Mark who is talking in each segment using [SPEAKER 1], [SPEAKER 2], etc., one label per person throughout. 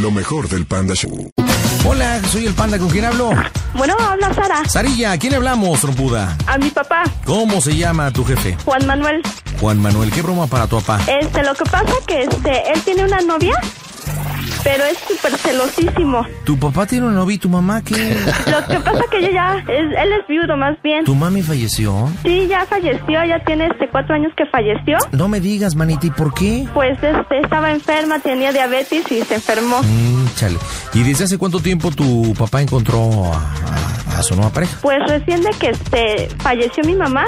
[SPEAKER 1] Lo mejor del Panda Show.
[SPEAKER 2] Hola, soy el panda, ¿con quién hablo?
[SPEAKER 3] Bueno, habla Sara.
[SPEAKER 2] Sarilla, ¿a quién le hablamos, trompuda?
[SPEAKER 3] A mi papá,
[SPEAKER 2] ¿Cómo se llama tu jefe?
[SPEAKER 3] Juan Manuel.
[SPEAKER 2] Juan Manuel, ¿qué broma para tu papá?
[SPEAKER 3] Este, lo que pasa que este, él tiene una novia, pero es súper celosísimo.
[SPEAKER 2] ¿Tu papá tiene una novia y tu mamá qué?
[SPEAKER 3] Lo que pasa que ella ya, es- él es viudo más bien.
[SPEAKER 2] ¿Tu mami falleció?
[SPEAKER 3] Sí, ya falleció, ya tiene este cuatro años que falleció.
[SPEAKER 2] No me digas, manita, ¿y por qué?
[SPEAKER 3] Pues este, estaba enferma, tenía diabetes y se enfermó.
[SPEAKER 2] Mm, chale. ¿Y desde hace cuánto tiempo tu papá encontró a, a- a su nueva pareja?
[SPEAKER 3] Pues recién de que este, falleció mi mamá,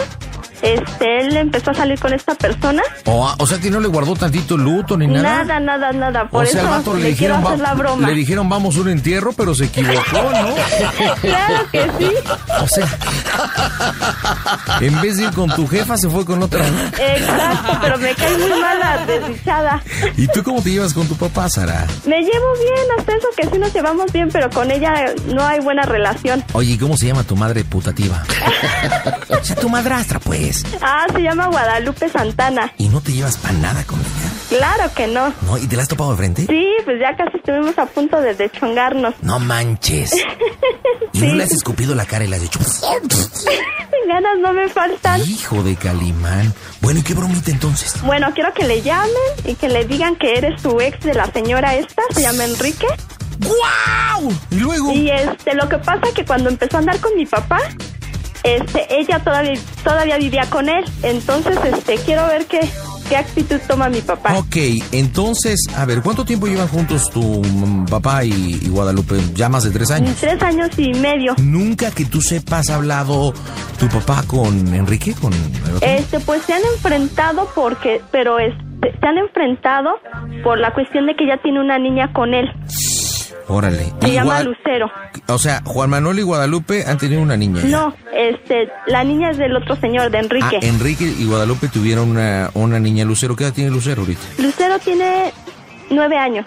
[SPEAKER 3] este, él empezó a salir con esta persona.
[SPEAKER 2] O, a- o sea que no le guardó tantito luto ni nada.
[SPEAKER 3] Nada, nada, nada. Por
[SPEAKER 2] o sea, al
[SPEAKER 3] eso
[SPEAKER 2] vato le,
[SPEAKER 3] quiero
[SPEAKER 2] dijeron,
[SPEAKER 3] hacer
[SPEAKER 2] "Va-
[SPEAKER 3] la broma.
[SPEAKER 2] le dijeron vamos a un entierro, pero se equivocó, ¿no?
[SPEAKER 3] Claro que sí.
[SPEAKER 2] O sea, en vez de ir con tu jefa, se fue con otra.
[SPEAKER 3] Exacto, pero me cae muy mala, desdichada.
[SPEAKER 2] ¿Y tú cómo te llevas con tu papá, Sara?
[SPEAKER 3] Me llevo bien, hasta eso que sí nos llevamos bien, pero con ella no hay buena relación.
[SPEAKER 2] Oye, ¿y cómo se llama tu madre putativa? O sea, tu madrastra, pues.
[SPEAKER 3] Ah, se llama Guadalupe Santana.
[SPEAKER 2] Y no te llevas para nada con ella.
[SPEAKER 3] Claro que no.
[SPEAKER 2] ¿No? ¿Y te la has topado de frente?
[SPEAKER 3] Sí, pues ya casi estuvimos a punto de deschongarnos.
[SPEAKER 2] No manches. ¿Y no
[SPEAKER 3] Sí.
[SPEAKER 2] le has escupido la cara y le has dicho...
[SPEAKER 3] Ganas no me faltan.
[SPEAKER 2] Hijo de Calimán. Bueno, ¿y qué bromita entonces?
[SPEAKER 3] Bueno, quiero que le llamen y que le digan que eres su ex de la señora esta, se llama Enrique.
[SPEAKER 2] ¡Guau! Y luego...
[SPEAKER 3] Y este, lo que pasa que cuando empezó a andar con mi papá, este, ella todavía todavía vivía con él. Entonces, este, quiero ver qué qué actitud toma mi papá.
[SPEAKER 2] Ok, entonces, a ver, ¿cuánto tiempo llevan juntos tu mm, papá y, y Guadalupe? Ya más de tres años.
[SPEAKER 3] Tres años y medio.
[SPEAKER 2] ¿Nunca que tú sepas ha hablado tu papá con Enrique? ¿Con el otro?
[SPEAKER 3] Este, pues se han enfrentado porque, pero este, se han enfrentado por la cuestión de que ya tiene una niña con él.
[SPEAKER 2] Órale.
[SPEAKER 3] Se
[SPEAKER 2] Y
[SPEAKER 3] llama
[SPEAKER 2] Guada-
[SPEAKER 3] Lucero.
[SPEAKER 2] O sea, Juan Manuel y Guadalupe han tenido una niña. ya.
[SPEAKER 3] No, este, la niña es del otro señor, de
[SPEAKER 2] Ah,
[SPEAKER 3] Enrique.
[SPEAKER 2] Enrique y Guadalupe tuvieron una, una niña Lucero. ¿Qué edad tiene Lucero ahorita?
[SPEAKER 3] Lucero tiene nueve años,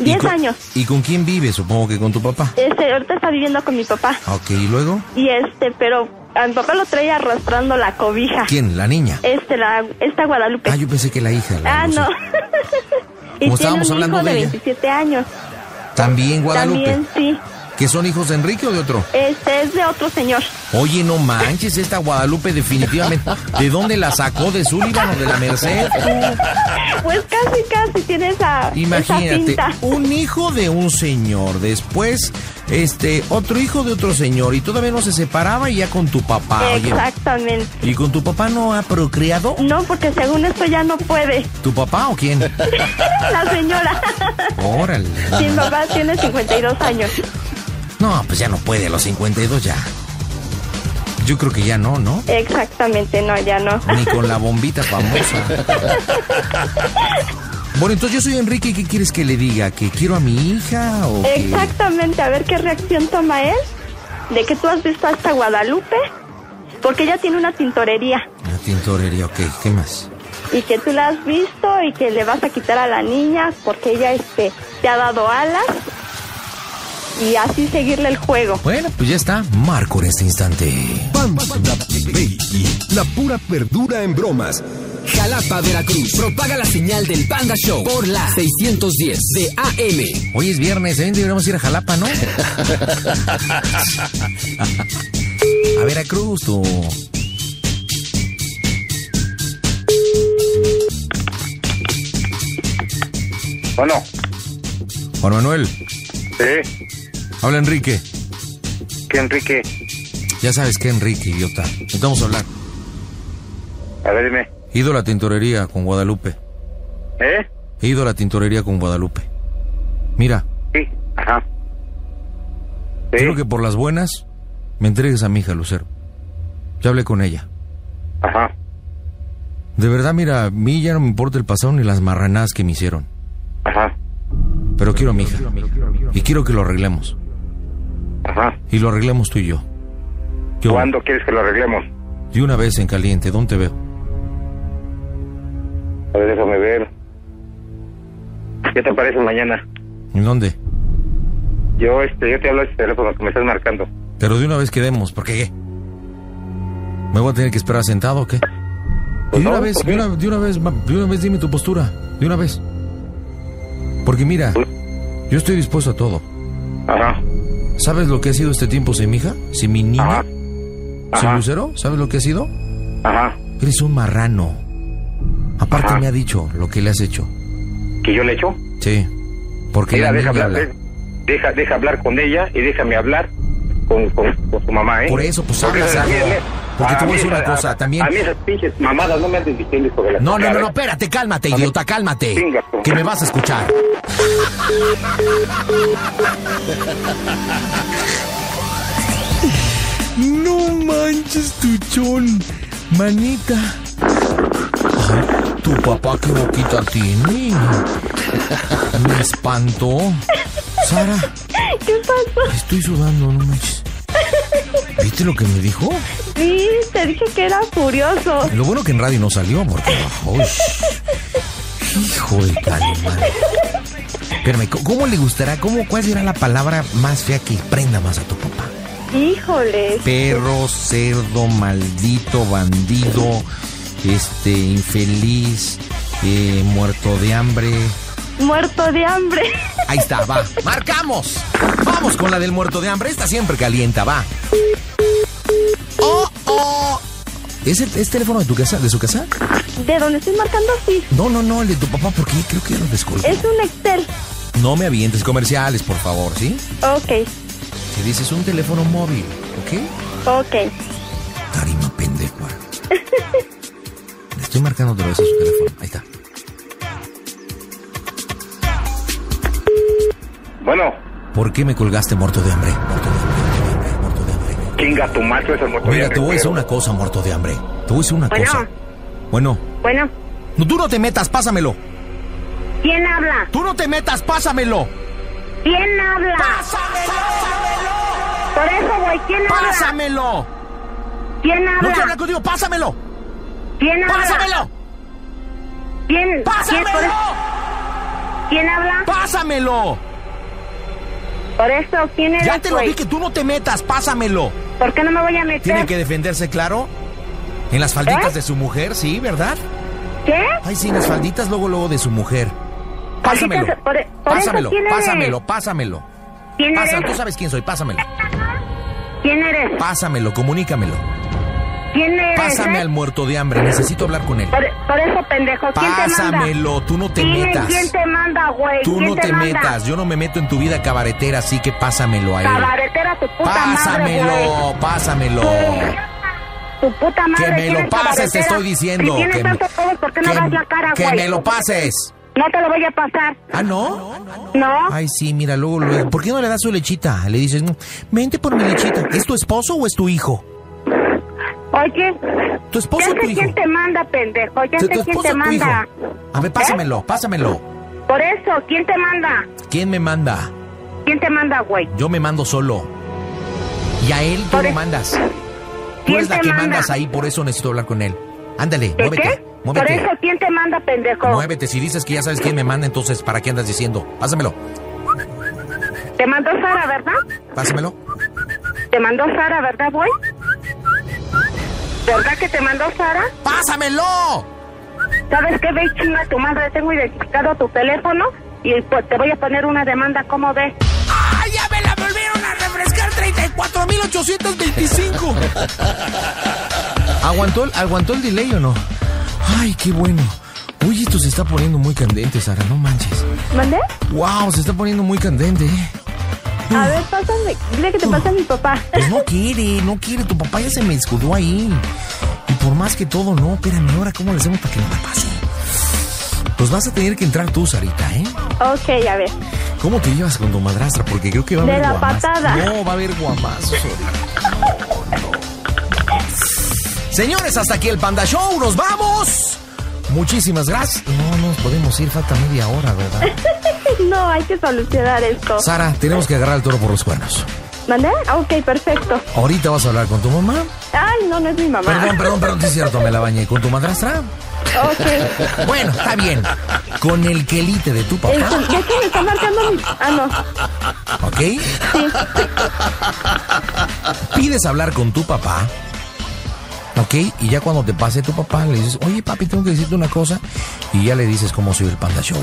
[SPEAKER 2] ¿Y
[SPEAKER 3] diez
[SPEAKER 2] con-
[SPEAKER 3] años.
[SPEAKER 2] ¿Y con quién vive? Supongo que con tu papá.
[SPEAKER 3] Este, ahorita está viviendo con mi papá.
[SPEAKER 2] Ok, ¿y luego?
[SPEAKER 3] Y este, pero a mi papá lo trae arrastrando la cobija.
[SPEAKER 2] ¿Quién? ¿La niña?
[SPEAKER 3] Este, la, esta Guadalupe.
[SPEAKER 2] Ah, yo pensé que la hija. la
[SPEAKER 3] ah, no.
[SPEAKER 2] Lucero.
[SPEAKER 3] y
[SPEAKER 2] Como
[SPEAKER 3] tiene
[SPEAKER 2] estábamos
[SPEAKER 3] un
[SPEAKER 2] hablando
[SPEAKER 3] hijo
[SPEAKER 2] de
[SPEAKER 3] de
[SPEAKER 2] ella.
[SPEAKER 3] 27 años.
[SPEAKER 2] También Guadalupe.
[SPEAKER 3] También, sí.
[SPEAKER 2] ¿Que son hijos de Enrique o de otro?
[SPEAKER 3] Este es de otro señor.
[SPEAKER 2] Oye, no manches, esta Guadalupe definitivamente. ¿De dónde la sacó? ¿De Sullivan o de la Merced?
[SPEAKER 3] Pues casi, casi tiene esa, esa
[SPEAKER 2] Imagínate,
[SPEAKER 3] pinta.
[SPEAKER 2] un hijo de un señor, después este otro hijo de otro señor y todavía no se separaba y ya con tu papá. oye.
[SPEAKER 3] Exactamente.
[SPEAKER 2] ¿Y con tu papá no ha procreado?
[SPEAKER 3] No, porque según esto ya no puede.
[SPEAKER 2] ¿Tu papá o quién?
[SPEAKER 3] La señora.
[SPEAKER 2] Órale.
[SPEAKER 3] Sí, mi papá tiene 52 años.
[SPEAKER 2] No, pues ya no puede, a los 52 ya. Yo creo que ya no, ¿no?
[SPEAKER 3] Exactamente, no, ya no.
[SPEAKER 2] Ni con la bombita famosa. Bueno, entonces yo soy Enrique y ¿qué quieres que le diga? ¿Que quiero a mi hija o que-
[SPEAKER 3] Exactamente, a ver qué reacción toma él de que tú has visto hasta Guadalupe, porque ella tiene una tintorería
[SPEAKER 2] La tintorería, ok, ¿qué más?
[SPEAKER 3] y que tú la has visto y que le vas a quitar a la niña porque ella este te ha dado alas y así seguirle el juego.
[SPEAKER 2] Bueno, pues ya está. Marco en este instante.
[SPEAKER 1] Panda Play, la pura verdura en bromas.
[SPEAKER 4] Jalapa, Veracruz. Propaga la señal del Panda Show por la 610 de AM.
[SPEAKER 2] Hoy es viernes, también deberíamos ir a Jalapa, ¿no? a Veracruz, tú.
[SPEAKER 5] Bueno,
[SPEAKER 2] Juan Manuel,
[SPEAKER 5] Sí,
[SPEAKER 2] habla Enrique.
[SPEAKER 5] que Enrique.
[SPEAKER 2] Ya sabes que Enrique, idiota. Necesitamos hablar.
[SPEAKER 5] A ver, dime.
[SPEAKER 2] Ido a la tintorería con Guadalupe.
[SPEAKER 5] ¿Eh?
[SPEAKER 2] He ido a la tintorería con Guadalupe. Mira,
[SPEAKER 5] Sí, ajá. Sí,
[SPEAKER 2] quiero que por las buenas me entregues a mi hija, Lucero. Ya hablé con ella.
[SPEAKER 5] ajá.
[SPEAKER 2] De verdad, mira, a mí ya no me importa el pasado ni las marranadas que me hicieron.
[SPEAKER 5] Ajá,
[SPEAKER 2] Pero quiero a mi hija. Y quiero que lo arreglemos.
[SPEAKER 5] ajá.
[SPEAKER 2] Y lo arreglemos tú y yo. Yo,
[SPEAKER 5] ¿Cuándo quieres que lo arreglemos?
[SPEAKER 2] de una vez en caliente, ¿dónde te veo?
[SPEAKER 5] A ver, déjame ver. ¿Qué te parece mañana?
[SPEAKER 2] ¿En dónde?
[SPEAKER 5] Yo, este, yo te hablo de este teléfono que me estás marcando.
[SPEAKER 2] Pero de una vez quedemos, porque qué? ¿Me voy a tener que esperar sentado o qué? Y
[SPEAKER 5] Pues
[SPEAKER 2] de una
[SPEAKER 5] no,
[SPEAKER 2] vez,
[SPEAKER 5] ¿por
[SPEAKER 2] de
[SPEAKER 5] qué?
[SPEAKER 2] una, de una vez, ma- de una vez dime tu postura, de una vez. Porque mira, yo estoy dispuesto a todo.
[SPEAKER 5] Ajá,
[SPEAKER 2] ¿Sabes lo que ha sido este tiempo sin mi hija? Sin mi niña,
[SPEAKER 5] Ajá.
[SPEAKER 2] sin
[SPEAKER 5] ajá,
[SPEAKER 2] Lucero, ¿sabes lo que ha sido?
[SPEAKER 5] ajá.
[SPEAKER 2] Eres un marrano. Aparte
[SPEAKER 5] Ajá.
[SPEAKER 2] me ha dicho lo que le has hecho.
[SPEAKER 5] ¿Que yo le echo?
[SPEAKER 2] Sí. Porque
[SPEAKER 5] Mira,
[SPEAKER 2] la
[SPEAKER 5] deja
[SPEAKER 2] niña
[SPEAKER 5] hablar,
[SPEAKER 2] habla.
[SPEAKER 5] de- deja, deja hablar con ella y déjame hablar con, con, con su mamá, ¿eh?
[SPEAKER 2] Por eso, pues
[SPEAKER 5] Porque
[SPEAKER 2] hablas
[SPEAKER 5] a mí-
[SPEAKER 2] algo.
[SPEAKER 5] a mí-
[SPEAKER 2] Porque te voy a
[SPEAKER 5] mí
[SPEAKER 2] decir una
[SPEAKER 5] esa-
[SPEAKER 2] cosa, también-
[SPEAKER 5] A mí esas pinches mamadas no me andes diciendo hijo de la
[SPEAKER 2] No, no,
[SPEAKER 5] chingada,
[SPEAKER 2] no, no,
[SPEAKER 5] ¿eh?
[SPEAKER 2] espérate, cálmate,
[SPEAKER 5] A ver.
[SPEAKER 2] idiota, cálmate.
[SPEAKER 5] Venga, por-
[SPEAKER 2] Que me vas a escuchar. No manches, tuchón. Manita. Ay, tu papá qué boquita tiene. Me espantó. Sara,
[SPEAKER 3] ¿Qué pasó?
[SPEAKER 2] estoy sudando, no manches. ¿Viste lo que me dijo?
[SPEAKER 3] Sí, te dije que era furioso.
[SPEAKER 2] Lo bueno que en radio no salió, porque. ¡Uy! hijo de tal madre. Espérame, ¿cómo- ¿cómo le gustará? ¿Cómo, ¿Cuál será la palabra más fea que prenda más a tu papá?
[SPEAKER 3] Híjole.
[SPEAKER 2] Perro, cerdo, maldito, bandido, este, infeliz, eh, muerto de hambre.
[SPEAKER 3] Muerto de hambre.
[SPEAKER 2] Ahí está, va. ¡Marcamos! Vamos con la del muerto de hambre. Esta siempre calienta, va. ¡Oh, oh! ¿Es, el- es teléfono de tu casa, de su casa?
[SPEAKER 3] ¿De dónde estoy marcando? Sí.
[SPEAKER 2] No, no, no, el de tu papá, porque creo que ya lo descolgó.
[SPEAKER 3] Es un Excel.
[SPEAKER 2] No me avientes comerciales, por favor, ¿sí?
[SPEAKER 3] Ok,
[SPEAKER 2] Que dices un teléfono móvil, ¿ok?
[SPEAKER 3] ok.
[SPEAKER 2] Tarima pendejo. Le estoy marcando otra vez a su teléfono. Ahí está.
[SPEAKER 5] Bueno,
[SPEAKER 2] ¿Por qué me colgaste muerto de hambre? Muerto de hambre, muerto de hambre, muerto de hambre.
[SPEAKER 5] chinga tu macho esa moto.
[SPEAKER 2] Mira, te voy a decir una cosa, muerto de hambre. Te voy a decir una
[SPEAKER 3] Bueno.
[SPEAKER 2] cosa. Bueno.
[SPEAKER 3] Bueno,
[SPEAKER 2] No, tú no te metas, pásamelo.
[SPEAKER 3] ¿quién habla?
[SPEAKER 2] Tú no te metas, pásamelo.
[SPEAKER 3] ¿Quién habla? Por eso voy, ¿quién habla?
[SPEAKER 2] Pásamelo.
[SPEAKER 3] ¿Quién
[SPEAKER 2] No quiero hablar
[SPEAKER 3] habla?
[SPEAKER 2] contigo, pásamelo.
[SPEAKER 3] ¿Quién habla?
[SPEAKER 2] Pásamelo.
[SPEAKER 3] ¿Quién? ¿Quién, por
[SPEAKER 2] Pásamelo.
[SPEAKER 3] eso- ¿Quién habla?
[SPEAKER 2] Pásamelo.
[SPEAKER 3] Por eso, ¿quién eres,
[SPEAKER 2] Ya te lo
[SPEAKER 3] güey?
[SPEAKER 2] dije, tú no te metas, pásamelo.
[SPEAKER 3] ¿Por qué no me voy a meter?
[SPEAKER 2] Tiene que defenderse, claro. En las falditas
[SPEAKER 3] ¿Eh?
[SPEAKER 2] de su mujer, sí, ¿verdad?
[SPEAKER 3] ¿Qué?
[SPEAKER 2] Ay, sí, en las falditas luego, luego de su mujer. Pásamelo.
[SPEAKER 3] Por- e-, por eso,
[SPEAKER 2] Pásamelo,
[SPEAKER 3] ¿quién eres?
[SPEAKER 2] pásamelo, pásamelo.
[SPEAKER 3] ¿Quién
[SPEAKER 2] Pásamelo, tú
[SPEAKER 3] eres?
[SPEAKER 2] sabes quién soy, pásamelo.
[SPEAKER 3] ¿Quién eres?
[SPEAKER 2] Pásamelo, comunícamelo.
[SPEAKER 3] ¿Quién eres?
[SPEAKER 2] Pásame
[SPEAKER 3] eh?
[SPEAKER 2] al muerto de hambre, necesito hablar con él.
[SPEAKER 3] por, por eso, pendejo, ¿quién te manda?
[SPEAKER 2] Pásamelo, tú no te
[SPEAKER 3] Dime
[SPEAKER 2] metas.
[SPEAKER 3] quién te manda, güey.
[SPEAKER 2] Tú
[SPEAKER 3] ¿Quién
[SPEAKER 2] no te
[SPEAKER 3] manda?
[SPEAKER 2] metas, yo no me meto en tu vida cabaretera, así que pásamelo a él.
[SPEAKER 3] Cabaretera, tu puta madre, güey.
[SPEAKER 2] Pásamelo, pásamelo.
[SPEAKER 3] Tu puta madre.
[SPEAKER 2] Que me
[SPEAKER 3] ¿quién
[SPEAKER 2] lo
[SPEAKER 3] es tu
[SPEAKER 2] pases, te
[SPEAKER 3] cabecera?
[SPEAKER 2] estoy diciendo.
[SPEAKER 3] Si tienes
[SPEAKER 2] que me-
[SPEAKER 3] tantos codos, ¿por qué no
[SPEAKER 2] que-
[SPEAKER 3] das la cara,
[SPEAKER 2] que
[SPEAKER 3] güey?
[SPEAKER 2] me lo pases.
[SPEAKER 3] No te lo voy a pasar,
[SPEAKER 2] Ah, ¿no?
[SPEAKER 3] ¿no?
[SPEAKER 2] Ay, sí, mira, luego, luego. ¿Por qué no le das su lechita? Le dices, "No, vente por mi lechita. ¿Es tu esposo o es tu hijo?
[SPEAKER 3] Oye,
[SPEAKER 2] ¿Tu esposo
[SPEAKER 3] ya
[SPEAKER 2] o tu
[SPEAKER 3] sé
[SPEAKER 2] hijo?
[SPEAKER 3] quién te manda, pendejo. Ya
[SPEAKER 2] ¿Tu- tu
[SPEAKER 3] sé quién
[SPEAKER 2] esposo
[SPEAKER 3] te
[SPEAKER 2] o tu hijo?
[SPEAKER 3] manda. ¿Eh?
[SPEAKER 2] A ver, pásamelo, pásamelo.
[SPEAKER 3] Por eso, ¿quién te manda?
[SPEAKER 2] ¿Quién me manda?
[SPEAKER 3] ¿Quién te manda, güey?
[SPEAKER 2] Yo me mando solo. Y a él tú
[SPEAKER 3] Por
[SPEAKER 2] lo
[SPEAKER 3] eso-
[SPEAKER 2] mandas. Tú
[SPEAKER 3] ¿Quién
[SPEAKER 2] eres la
[SPEAKER 3] te
[SPEAKER 2] que
[SPEAKER 3] manda?
[SPEAKER 2] mandas ahí, por eso necesito hablar con él. Ándale,
[SPEAKER 3] ¿De
[SPEAKER 2] muévete,
[SPEAKER 3] qué? Por
[SPEAKER 2] muévete.
[SPEAKER 3] eso, ¿quién te manda, pendejo?
[SPEAKER 2] Muévete, si dices que ya sabes quién me manda, entonces, ¿para qué andas diciendo? Pásamelo,
[SPEAKER 3] Te mandó Sara, ¿verdad?
[SPEAKER 2] pásamelo.
[SPEAKER 3] Te mandó Sara, ¿verdad, güey? ¿Verdad que te mandó Sara?
[SPEAKER 2] ¡Pásamelo!
[SPEAKER 3] ¿Sabes qué, ve y chinga tu madre? Tengo identificado tu teléfono y pues, te voy a poner una demanda, ¿cómo ves?
[SPEAKER 2] ¡Ah, ya me la volvieron a refrescar 34.825! ¿Aguantó, el- ¿Aguantó el delay o no? ¡Ay, qué bueno! Uy, esto se está poniendo muy candente, Sara, no manches.
[SPEAKER 3] ¿Mandé?
[SPEAKER 2] Wow, se está poniendo muy candente. ¿eh?
[SPEAKER 3] A ver, pásame. Dile que te pase a mi papá.
[SPEAKER 2] Pues no quiere, no quiere. Tu papá ya se me escudó ahí. Y por más que todo, no. Espérame, ahora cómo le hacemos para que no me pase. Pues vas a tener que entrar tú, Sarita, ¿eh?
[SPEAKER 3] Ok, a ver.
[SPEAKER 2] ¿Cómo te llevas con tu madrastra? Porque creo que va a
[SPEAKER 3] De
[SPEAKER 2] haber
[SPEAKER 3] la
[SPEAKER 2] guamazos.
[SPEAKER 3] patada.
[SPEAKER 2] No, va a haber guamazos ahorita. No, no. Señores, hasta aquí el Panda Show. ¡Nos vamos! Muchísimas gracias. No nos podemos ir, falta media hora, ¿verdad?
[SPEAKER 3] No, hay que solucionar esto.
[SPEAKER 2] Sara, tenemos que agarrar el toro por los cuernos.
[SPEAKER 3] ¿Mandé? Ah, Ok, perfecto.
[SPEAKER 2] Ahorita vas a hablar con tu mamá.
[SPEAKER 3] Ay, no, no es mi mamá.
[SPEAKER 2] Perdón, perdón, perdón, sí es cierto, me la bañé. ¿Con tu madrastra?
[SPEAKER 3] Ok.
[SPEAKER 2] Bueno, está bien. Con el quelite de tu papá,
[SPEAKER 3] Este, ya que me está marcando mi... Ah, no.
[SPEAKER 2] ¿ok? Pides hablar con tu papá, ¿ok? Y ya cuando te pase tu papá, le dices, oye papi, tengo que decirte una cosa. Y ya le dices cómo soy el Panda Show.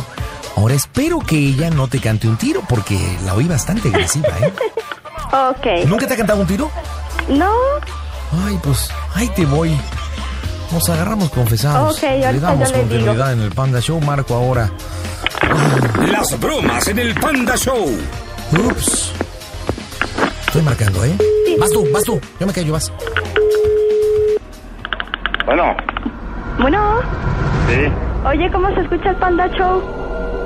[SPEAKER 2] Ahora espero que ella no te cante un tiro, porque la oí bastante agresiva, ¿eh?
[SPEAKER 3] Ok.
[SPEAKER 2] ¿Nunca te ha cantado un tiro?
[SPEAKER 3] No.
[SPEAKER 2] Ay, pues, ahí te voy. Nos agarramos confesados.
[SPEAKER 3] Ok, ahorita
[SPEAKER 2] le damos
[SPEAKER 3] yo le
[SPEAKER 2] continuidad en el Panda Show, Marco, ahora.
[SPEAKER 1] Las bromas en el Panda Show.
[SPEAKER 2] Ups. Estoy marcando, ¿eh? Vas tú, vas tú. Yo me callo, vas.
[SPEAKER 5] Bueno,
[SPEAKER 3] Bueno.
[SPEAKER 5] sí.
[SPEAKER 3] Oye, ¿cómo se escucha el Panda Show?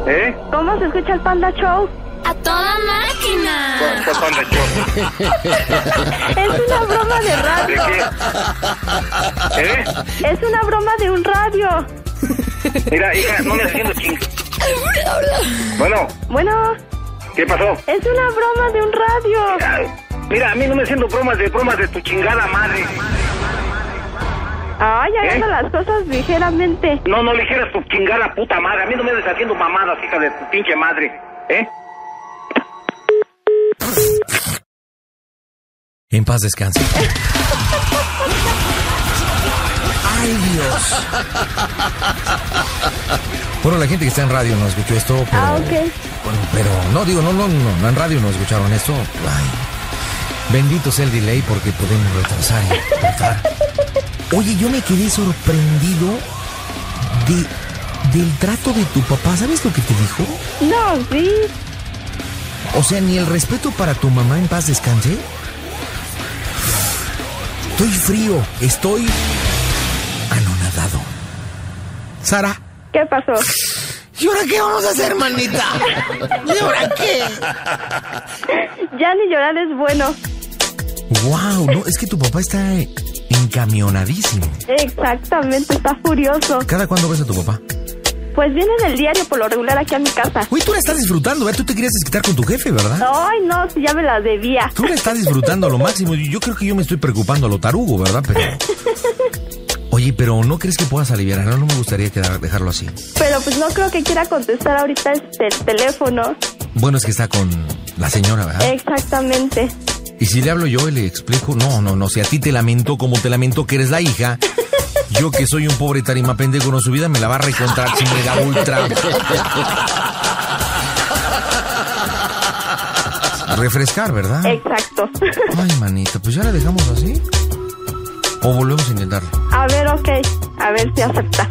[SPEAKER 5] ¿Eh?
[SPEAKER 3] ¿Cómo se escucha el Panda Show?
[SPEAKER 6] A toda máquina.
[SPEAKER 5] ¿Cuál, cuál Panda Show?
[SPEAKER 3] Es una broma de
[SPEAKER 5] ¿De
[SPEAKER 3] radio.
[SPEAKER 5] qué? ¿Eh?
[SPEAKER 3] Es una broma de un radio.
[SPEAKER 5] Mira, hija, no me haciendo ching. Bueno,
[SPEAKER 3] Bueno,
[SPEAKER 5] ¿qué pasó?
[SPEAKER 3] es una broma de un radio.
[SPEAKER 5] Ay, Mira, a mí no me haciendo bromas de bromas de tu chingada madre. ¿Eh?
[SPEAKER 3] Ay, haciendo las cosas ligeramente.
[SPEAKER 5] No, no le dijeras tu chingada puta madre. A mí no me andes haciendo mamadas, hija de tu pinche madre. ¿Eh?
[SPEAKER 2] En paz descanse. ¡Ay, Dios! Bueno, la gente que está en radio no escuchó esto, pero...
[SPEAKER 3] Ah, ok.
[SPEAKER 2] Bueno, pero no, digo, no, no, no, no, en radio no escucharon esto. Ay, bendito sea el delay porque podemos retrasar y cortar. Oye, yo me quedé sorprendido de, del trato de tu papá. ¿Sabes lo que te dijo?
[SPEAKER 3] No, sí.
[SPEAKER 2] O sea, ni el respeto para tu mamá en paz descanse. Estoy frío, estoy anonadado. Sara,
[SPEAKER 3] ¿Qué pasó?
[SPEAKER 2] ¿y ahora qué vamos a hacer, manita? ¿Y ahora qué?
[SPEAKER 3] Ya ni llorar es bueno.
[SPEAKER 2] Wow, no, es que tu papá está encamionadísimo.
[SPEAKER 3] Exactamente, está furioso.
[SPEAKER 2] ¿Cada cuándo ves a tu papá?
[SPEAKER 3] Pues viene del diario por lo regular aquí a mi casa.
[SPEAKER 2] Uy, tú la estás disfrutando, ¿verdad? Tú te querías desquitar con tu jefe, ¿verdad?
[SPEAKER 3] Ay, no, si ya me la debía.
[SPEAKER 2] Tú la estás disfrutando a lo máximo. Yo creo que yo me estoy preocupando a lo tarugo, ¿verdad? Pero... Oye, pero ¿no crees que puedas aliviar? No, no me gustaría quedar- dejarlo así.
[SPEAKER 3] Pero pues no creo que quiera contestar ahorita este el teléfono.
[SPEAKER 2] Bueno, es que está con la señora, ¿verdad?
[SPEAKER 7] Eh.
[SPEAKER 3] Exactamente.
[SPEAKER 2] Y si le hablo yo y le explico, no, no, no, si a ti te lamento como te lamento que eres la hija, yo que soy un pobre tarima pendejo no su vida me la va a recontar sin mega ultra. Refrescar, ¿verdad?
[SPEAKER 3] Exacto.
[SPEAKER 2] Ay, manita, pues ya la dejamos así. O volvemos a intentarlo.
[SPEAKER 3] A ver, ok. A ver si acepta.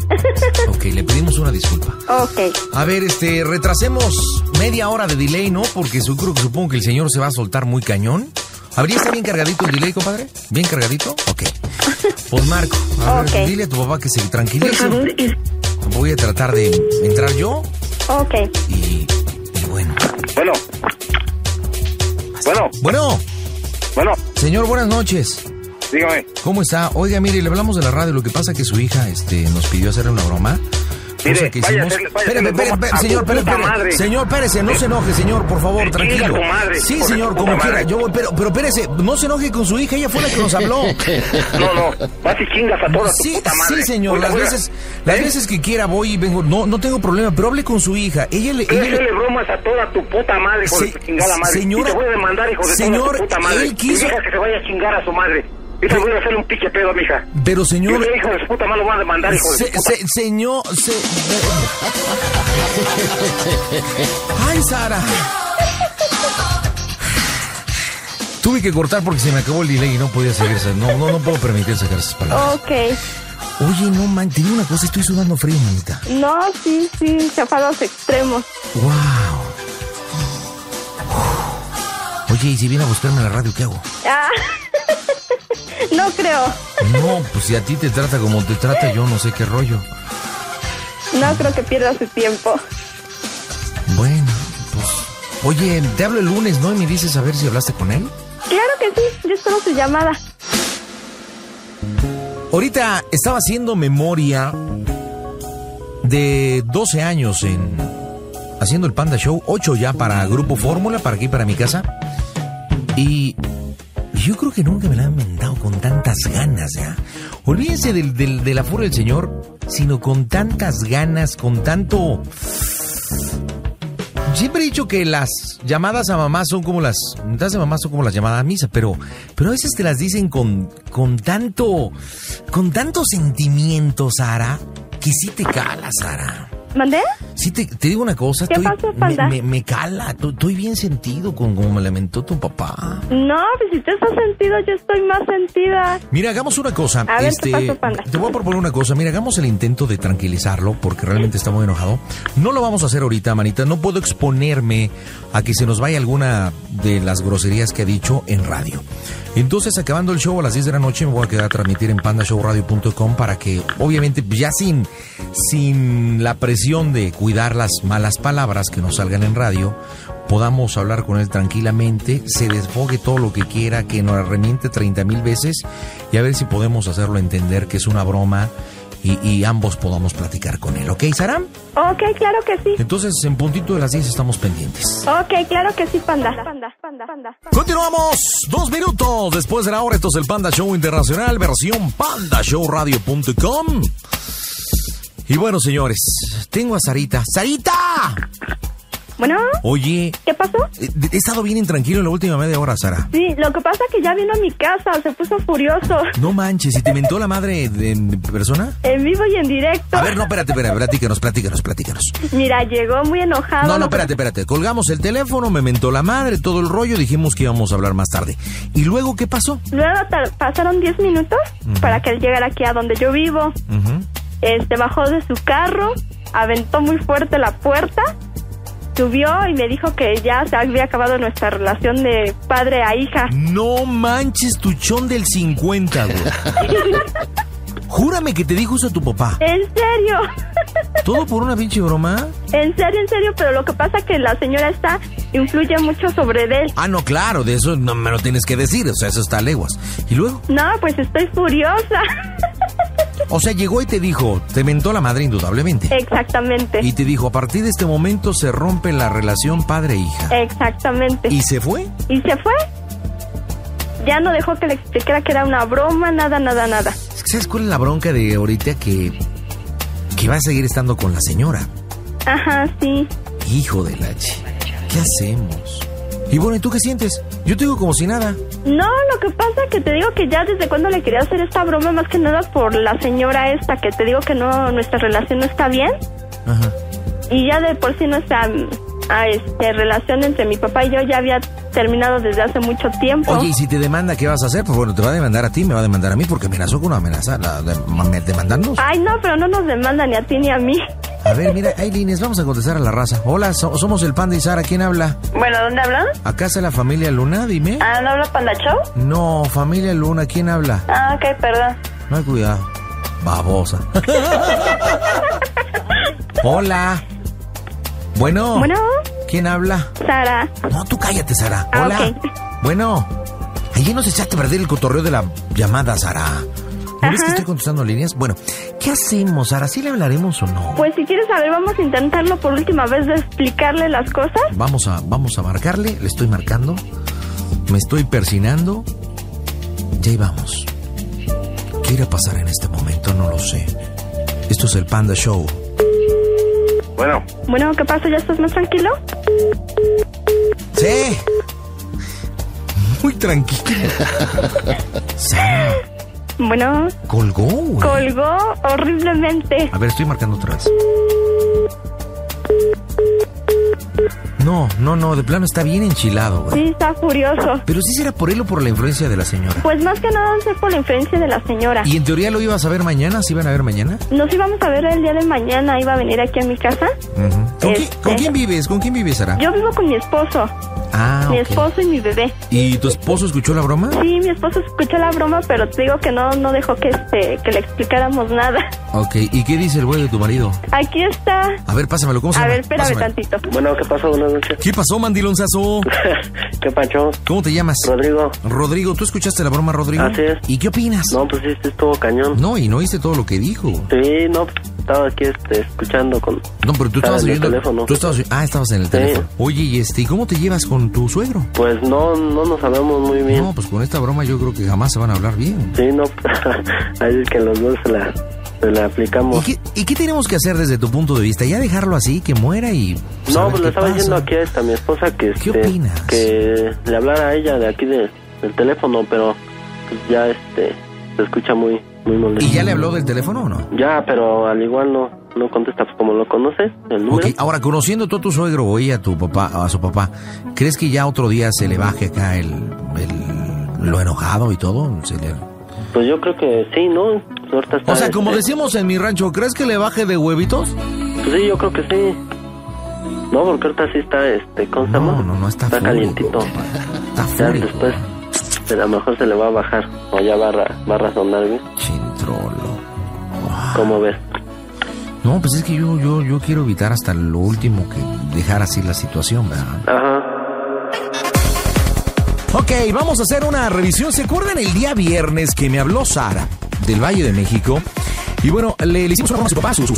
[SPEAKER 2] Ok, le pedimos una disculpa.
[SPEAKER 3] ok.
[SPEAKER 2] A ver, este, retrasemos media hora de delay, ¿no? Porque su- creo que supongo que el señor se va a soltar muy cañón. ¿Habría estado bien cargadito el delay, compadre? ¿Bien cargadito? Ok. Pues Marco, a ver,
[SPEAKER 3] Ok.
[SPEAKER 2] dile a tu papá que se tranquilice. Voy a tratar de entrar yo
[SPEAKER 3] Ok.
[SPEAKER 2] y, y bueno.
[SPEAKER 5] Bueno. Bueno,
[SPEAKER 2] Bueno,
[SPEAKER 5] bueno,
[SPEAKER 2] señor, buenas noches.
[SPEAKER 5] dígame.
[SPEAKER 2] ¿Cómo está? Oiga, mire, le hablamos de la radio. Lo que pasa que su hija este, nos pidió hacerle una broma.
[SPEAKER 5] Mire,
[SPEAKER 2] Cosa que
[SPEAKER 5] vaya a
[SPEAKER 2] hicimos.
[SPEAKER 5] hacerle- vaya a
[SPEAKER 2] Espérame,
[SPEAKER 5] hacerle
[SPEAKER 2] espérame,
[SPEAKER 5] broma
[SPEAKER 2] espérame,
[SPEAKER 5] a tu
[SPEAKER 2] señor,
[SPEAKER 5] puta
[SPEAKER 2] espérame, espérame.
[SPEAKER 5] madre.
[SPEAKER 2] Señor, espérese, no se enoje, señor, por favor,
[SPEAKER 5] Chinga
[SPEAKER 2] tranquilo.
[SPEAKER 5] tu madre,
[SPEAKER 2] sí,
[SPEAKER 5] hijo de
[SPEAKER 2] señor,
[SPEAKER 5] puta
[SPEAKER 2] como
[SPEAKER 5] madre.
[SPEAKER 2] quiera. Yo, voy, pero, pero espérese, no se enoje con su hija, ella fue la que nos habló.
[SPEAKER 5] No, no, vas y chingas a toda tu
[SPEAKER 2] Sí,
[SPEAKER 5] puta madre.
[SPEAKER 2] sí, señor,
[SPEAKER 5] Oiga, ¿eh?
[SPEAKER 2] las
[SPEAKER 5] oiga,
[SPEAKER 2] veces, las veces que quiera voy y vengo, no, no tengo problema, pero hable con su hija. Ella le,
[SPEAKER 5] Tú
[SPEAKER 2] ella le-
[SPEAKER 5] hacerle bromas a toda tu puta madre, hijo de
[SPEAKER 2] Se-
[SPEAKER 5] tu chingada madre.
[SPEAKER 2] señora-
[SPEAKER 5] Y te voy a demandar, hijo de
[SPEAKER 2] señor,
[SPEAKER 5] toda tu puta madre.
[SPEAKER 2] él quiso-
[SPEAKER 5] Y deja que se vaya a chingar a su madre. Y te voy a hacer un pinche pedo, mija.
[SPEAKER 2] pero
[SPEAKER 5] Yo
[SPEAKER 2] señor,
[SPEAKER 5] le hijo de su puta madre lo voy a demandar, hijo de
[SPEAKER 2] Se-
[SPEAKER 5] tu puta.
[SPEAKER 2] se- señor, se- Ay, Sara. Tuve que cortar porque se me acabó el delay y no podía seguirse. No, no, no puedo permitir sacar esas palabras.
[SPEAKER 3] Ok.
[SPEAKER 2] Oye, no man, te digo una cosa, estoy sudando frío, manita.
[SPEAKER 7] No, sí, sí, chafados extremos.
[SPEAKER 2] ¡Wow! Oye, y si viene a buscarme en la radio, ¿qué hago?
[SPEAKER 7] Ah, no creo,
[SPEAKER 2] No, pues si a ti te trata como te trata, yo no sé qué rollo.
[SPEAKER 7] no creo que pierda su tiempo.
[SPEAKER 2] Bueno, pues. Oye, te hablo el lunes, ¿no? Y me dices a ver si hablaste con él.
[SPEAKER 7] Claro que sí, yo espero su llamada.
[SPEAKER 2] Ahorita estaba haciendo memoria de 12 años en haciendo el Panda Show, 8 ya para Grupo Fórmula, para aquí, para mi casa. Y yo creo que nunca me la han mandado con tantas ganas, ¿ya? Olvídense del, del, del aforo del señor, sino con tantas ganas, con tanto... Siempre he dicho que las llamadas a mamá son como las llamadas de mamá son como las llamadas a misa, pero pero a veces te las dicen con con tanto con tanto sentimiento, Sara, que sí te cala, Sara.
[SPEAKER 7] ¿Mandé?
[SPEAKER 2] Sí te, te digo una cosa,
[SPEAKER 7] ¿Qué
[SPEAKER 2] estoy-
[SPEAKER 7] pasó,
[SPEAKER 2] me,
[SPEAKER 7] panda?
[SPEAKER 2] me- me cala, tu- estoy bien sentido con como me lamentó tu papá.
[SPEAKER 7] No, pues si usted está sentido, yo estoy más sentida.
[SPEAKER 2] Mira, hagamos una cosa.
[SPEAKER 7] A ver,
[SPEAKER 2] este,
[SPEAKER 7] ¿qué pasó, Panda?
[SPEAKER 2] Te voy a proponer una cosa. Mira, hagamos el intento de tranquilizarlo porque realmente está muy enojado. No lo vamos a hacer ahorita, manita. No puedo exponerme a que se nos vaya alguna de las groserías que ha dicho en radio. Entonces, acabando el show a las 10 de la noche, me voy a quedar a transmitir en pandashowradio.com para que, obviamente, ya sin, sin la presión de cuidar las malas palabras que nos salgan en radio, podamos hablar con él tranquilamente, se desfogue todo lo que quiera, que nos arremiente 30 mil veces y a ver si podemos hacerlo entender que es una broma y, y ambos podamos platicar con él. ¿Ok, Sara?
[SPEAKER 7] Ok, claro que sí.
[SPEAKER 2] Entonces, en puntito de las 10 estamos pendientes.
[SPEAKER 7] Ok, claro que sí, panda. Panda, panda, panda.
[SPEAKER 2] Continuamos dos minutos después de la hora. Esto es el Panda Show Internacional, versión pandashowradio.com. Y bueno, señores, tengo a Sarita. ¡Sarita!
[SPEAKER 7] Bueno,
[SPEAKER 2] Oye,
[SPEAKER 7] ¿qué pasó?
[SPEAKER 2] he he estado bien intranquilo en la última media hora, Sara.
[SPEAKER 7] Sí, lo que pasa es que ya vino a mi casa, se puso furioso.
[SPEAKER 2] No manches, ¿y te mentó la madre de- en persona?
[SPEAKER 7] En vivo y en directo.
[SPEAKER 2] A ver, no, espérate, espérate, platícanos, platícanos, platícanos.
[SPEAKER 7] Mira, llegó muy enojado.
[SPEAKER 2] No, no, espérate, espérate. Colgamos el teléfono, me mentó la madre, todo el rollo, dijimos que íbamos a hablar más tarde. ¿Y luego qué pasó?
[SPEAKER 7] Luego ta- pasaron 10 minutos para que él llegara aquí a donde yo vivo.
[SPEAKER 2] Ujú.
[SPEAKER 7] Este bajó de su carro, aventó muy fuerte la puerta, subió y me dijo que ya se había acabado nuestra relación de padre a hija.
[SPEAKER 2] No manches tu chon del 50, güey. Júrame que te dijo eso tu papá.
[SPEAKER 7] En serio,
[SPEAKER 2] ¿Todo por una pinche broma?
[SPEAKER 7] en serio, en serio, pero lo que pasa es que la señora está influye mucho sobre de él.
[SPEAKER 2] Ah, no, claro, de eso no me lo tienes que decir, o sea, eso está a leguas. ¿Y luego?
[SPEAKER 7] No, pues estoy furiosa.
[SPEAKER 2] O sea, llegó y te dijo, te mentó la madre indudablemente.
[SPEAKER 7] Exactamente.
[SPEAKER 2] Y te dijo, a partir de este momento se rompe la relación padre-hija.
[SPEAKER 7] Exactamente.
[SPEAKER 2] ¿Y se fue?
[SPEAKER 7] y se fue. Ya no dejó que le explicara que era una broma, nada, nada, nada.
[SPEAKER 2] Es que, ¿Sabes cuál es la bronca de ahorita que, que va a seguir estando con la señora?
[SPEAKER 7] Ajá, sí.
[SPEAKER 2] Hijo de la ch- ¿Qué hacemos? Y bueno, ¿y tú qué sientes? Yo te digo como si nada.
[SPEAKER 7] No, lo que pasa es que te digo que ya desde cuando le quería hacer esta broma, más que nada por la señora esta, que te digo que no, nuestra relación no está bien.
[SPEAKER 2] Ajá.
[SPEAKER 7] Y ya de por sí nuestra mm, ah, este, relación entre mi papá y yo ya había terminado desde hace mucho tiempo.
[SPEAKER 2] Oye, y si te demanda, ¿qué vas a hacer? Pues bueno, te va a demandar a ti, me va a demandar a mí, porque amenazó con una amenaza. La, de- me- ¿Demandarnos?
[SPEAKER 7] Ay, no, pero no nos demanda ni a ti ni a mí.
[SPEAKER 2] A ver, mira, hay líneas, vamos a contestar a la raza. Hola, so- somos el Panda y Sara, ¿quién habla?
[SPEAKER 7] Bueno, ¿dónde hablan?
[SPEAKER 2] ¿Acá está la familia Luna? Dime.
[SPEAKER 7] Ah, ¿no habla Panda Show?
[SPEAKER 2] No, familia Luna, ¿quién habla?
[SPEAKER 7] Ah, ok, perdón.
[SPEAKER 2] No hay cuidado. Babosa. Hola. Bueno.
[SPEAKER 7] Bueno,
[SPEAKER 2] ¿Quién habla?
[SPEAKER 7] Sara.
[SPEAKER 2] No, tú cállate, Sara.
[SPEAKER 7] Ah,
[SPEAKER 2] Hola.
[SPEAKER 7] ok.
[SPEAKER 2] Bueno. Ayer nos echaste a perder el cotorreo de la llamada, Sara. ¿No ves que
[SPEAKER 7] Ajá.
[SPEAKER 2] estoy contestando líneas? Bueno, ¿qué hacemos, Sara? ¿Sí le hablaremos o no?
[SPEAKER 7] Pues si quieres saber, vamos a intentarlo por última vez de explicarle las cosas.
[SPEAKER 2] Vamos a, vamos a marcarle. Le estoy marcando. Me estoy persinando. Ya ahí vamos. ¿Qué irá a pasar en este momento? No lo sé. Esto es el Panda Show.
[SPEAKER 5] Bueno,
[SPEAKER 7] Bueno, ¿qué pasa? ¿Ya estás más tranquilo?
[SPEAKER 2] Sí. Muy tranquilo. Sara,
[SPEAKER 7] Bueno,
[SPEAKER 2] colgó, güey.
[SPEAKER 7] colgó horriblemente.
[SPEAKER 2] A ver, estoy marcando otra vez. No No, no, no, de plano está bien enchilado, güey.
[SPEAKER 3] Sí, está furioso.
[SPEAKER 2] Pero sí será por él o por la influencia de la señora.
[SPEAKER 3] Pues más que nada sé por la influencia de la señora.
[SPEAKER 2] Y en teoría lo ibas a ver mañana, ¿sí iban a ver mañana?
[SPEAKER 3] Nos íbamos a ver el día de mañana, iba a venir aquí a mi casa.
[SPEAKER 2] Ujú. ¿Con,
[SPEAKER 3] Este-
[SPEAKER 2] quién, con quién vives? ¿Con quién vives, Sara?
[SPEAKER 3] Yo vivo con mi esposo,
[SPEAKER 2] Ah,
[SPEAKER 3] mi
[SPEAKER 2] ok.
[SPEAKER 3] esposo y mi bebé.
[SPEAKER 2] ¿Y tu esposo escuchó la broma?
[SPEAKER 3] Sí, mi esposo escuchó la broma, pero te digo que no, no dejó que este, que le explicáramos nada.
[SPEAKER 2] Ok, ¿y qué dice el güey de tu marido?
[SPEAKER 3] Aquí está.
[SPEAKER 2] A ver, pásamelo, ¿cómo se
[SPEAKER 3] A
[SPEAKER 2] llama?
[SPEAKER 3] ver, espérame
[SPEAKER 2] Pásamelo.
[SPEAKER 3] tantito.
[SPEAKER 5] Bueno, ¿qué pasó? Buenas noches.
[SPEAKER 2] ¿Qué pasó, mandilonzazo?
[SPEAKER 5] ¿Qué pacho?
[SPEAKER 2] ¿Cómo te llamas?
[SPEAKER 5] Rodrigo.
[SPEAKER 2] Rodrigo, ¿tú escuchaste la broma, Rodrigo?
[SPEAKER 5] Así es.
[SPEAKER 2] ¿Y qué opinas?
[SPEAKER 5] No, pues sí, este estuvo cañón.
[SPEAKER 2] No, y no oíste todo lo que dijo.
[SPEAKER 5] Sí, no, pues, estaba aquí este, escuchando con...
[SPEAKER 2] No, pero tú
[SPEAKER 5] Estaba
[SPEAKER 2] estabas
[SPEAKER 5] en el
[SPEAKER 2] oyendo.
[SPEAKER 5] teléfono.
[SPEAKER 2] Tú estabas, ah, estabas en el teléfono. Oye, y este, ¿y cómo te llevas con tu suegro?
[SPEAKER 5] Pues no, no nos sabemos muy bien.
[SPEAKER 2] No, pues con esta broma yo creo que jamás se van a hablar bien.
[SPEAKER 5] Sí, no, ahí es que los dos se la, se la
[SPEAKER 2] ¿Y
[SPEAKER 5] aplicamos.
[SPEAKER 2] qué, y qué tenemos que hacer desde tu punto de vista? ¿Ya dejarlo así, que muera y.? pues, a
[SPEAKER 5] No,
[SPEAKER 2] ver
[SPEAKER 5] pues
[SPEAKER 2] qué
[SPEAKER 5] le estaba
[SPEAKER 2] pasa?
[SPEAKER 5] diciendo aquí a esta, mi esposa, que,
[SPEAKER 2] ¿Qué
[SPEAKER 5] este,
[SPEAKER 2] opinas?
[SPEAKER 5] que le hablara a ella de aquí de, del teléfono, pero pues, ya este, se escucha muy, muy molesto.
[SPEAKER 2] ¿Y ya le habló del teléfono o no?
[SPEAKER 5] Ya, pero al igual no, no contesta, pues como lo conoces, el número.
[SPEAKER 2] Ok, ahora conociendo tú a tu suegro o ella a tu papá, a su papá, ¿crees que ya otro día se le baje acá el, el- lo enojado y todo? Se le-
[SPEAKER 5] Pues yo creo que sí, ¿no? Pues ahorita está,
[SPEAKER 2] O sea, como
[SPEAKER 5] este,
[SPEAKER 2] decimos en mi rancho, ¿crees que le baje de huevitos?
[SPEAKER 5] Pues sí, yo creo que sí. No, porque ahorita sí está, este, ¿cómo se llama?
[SPEAKER 2] No, no, no está
[SPEAKER 5] Está
[SPEAKER 2] fúrico.
[SPEAKER 5] calientito.
[SPEAKER 2] Está
[SPEAKER 5] Ya
[SPEAKER 2] fúrico.
[SPEAKER 5] después, a lo mejor se le va a bajar, o ya va a, ra- va a razonar bien.
[SPEAKER 2] Chintrolo.
[SPEAKER 5] ¿Cómo ves?
[SPEAKER 2] No, pues es que yo, yo, yo quiero evitar hasta lo último que dejar así la situación, ¿verdad?
[SPEAKER 5] Ajá.
[SPEAKER 2] Ok, vamos a hacer una revisión. ¿Se acuerdan el día viernes que me habló Sara del Valle de México? Y bueno, le, le hicimos una broma a su papá, su, su-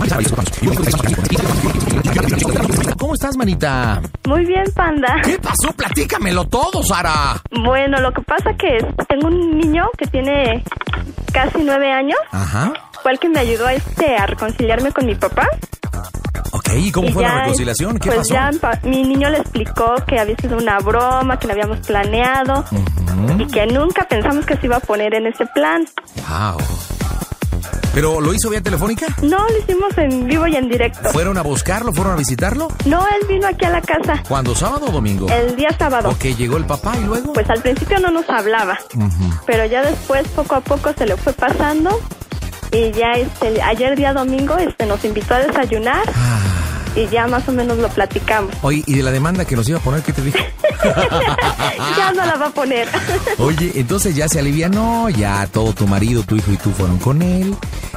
[SPEAKER 2] ¿Cómo estás, manita?
[SPEAKER 3] Muy bien, panda.
[SPEAKER 2] ¿Qué pasó? Platícamelo todo, Sara.
[SPEAKER 3] Bueno, lo que pasa que tengo un niño que tiene casi nueve años,
[SPEAKER 2] Ajá.
[SPEAKER 3] fue el que me ayudó este a reconciliarme con mi papá.
[SPEAKER 2] Ok, ¿y cómo
[SPEAKER 3] Y
[SPEAKER 2] fue
[SPEAKER 3] ya,
[SPEAKER 2] la reconciliación? ¿Qué
[SPEAKER 3] pues
[SPEAKER 2] pasó?
[SPEAKER 3] ya pa- mi niño le explicó que había sido una broma, que la habíamos planeado y que nunca pensamos que se iba a poner en ese plan.
[SPEAKER 2] Wow. ¿Pero lo hizo vía telefónica?
[SPEAKER 3] No, lo hicimos en vivo y en directo.
[SPEAKER 2] ¿Fueron a buscarlo? ¿Fueron a visitarlo?
[SPEAKER 3] No, él vino aquí a la casa
[SPEAKER 2] ¿Cuándo? ¿Sábado o domingo?
[SPEAKER 3] el día sábado.
[SPEAKER 2] Ok, llegó el papá y luego.
[SPEAKER 3] Pues al principio no nos hablaba, pero ya después poco a poco se le fue pasando y ya este, ayer día domingo este, nos invitó a desayunar
[SPEAKER 2] Ah.
[SPEAKER 3] y ya más o menos lo platicamos.
[SPEAKER 2] Oye, ¿y de la demanda que nos iba a poner qué te dije? Ah,
[SPEAKER 3] ya no la va a poner.
[SPEAKER 2] Oye, entonces ya se alivianó, ya todo tu marido, tu hijo y tú fueron con él.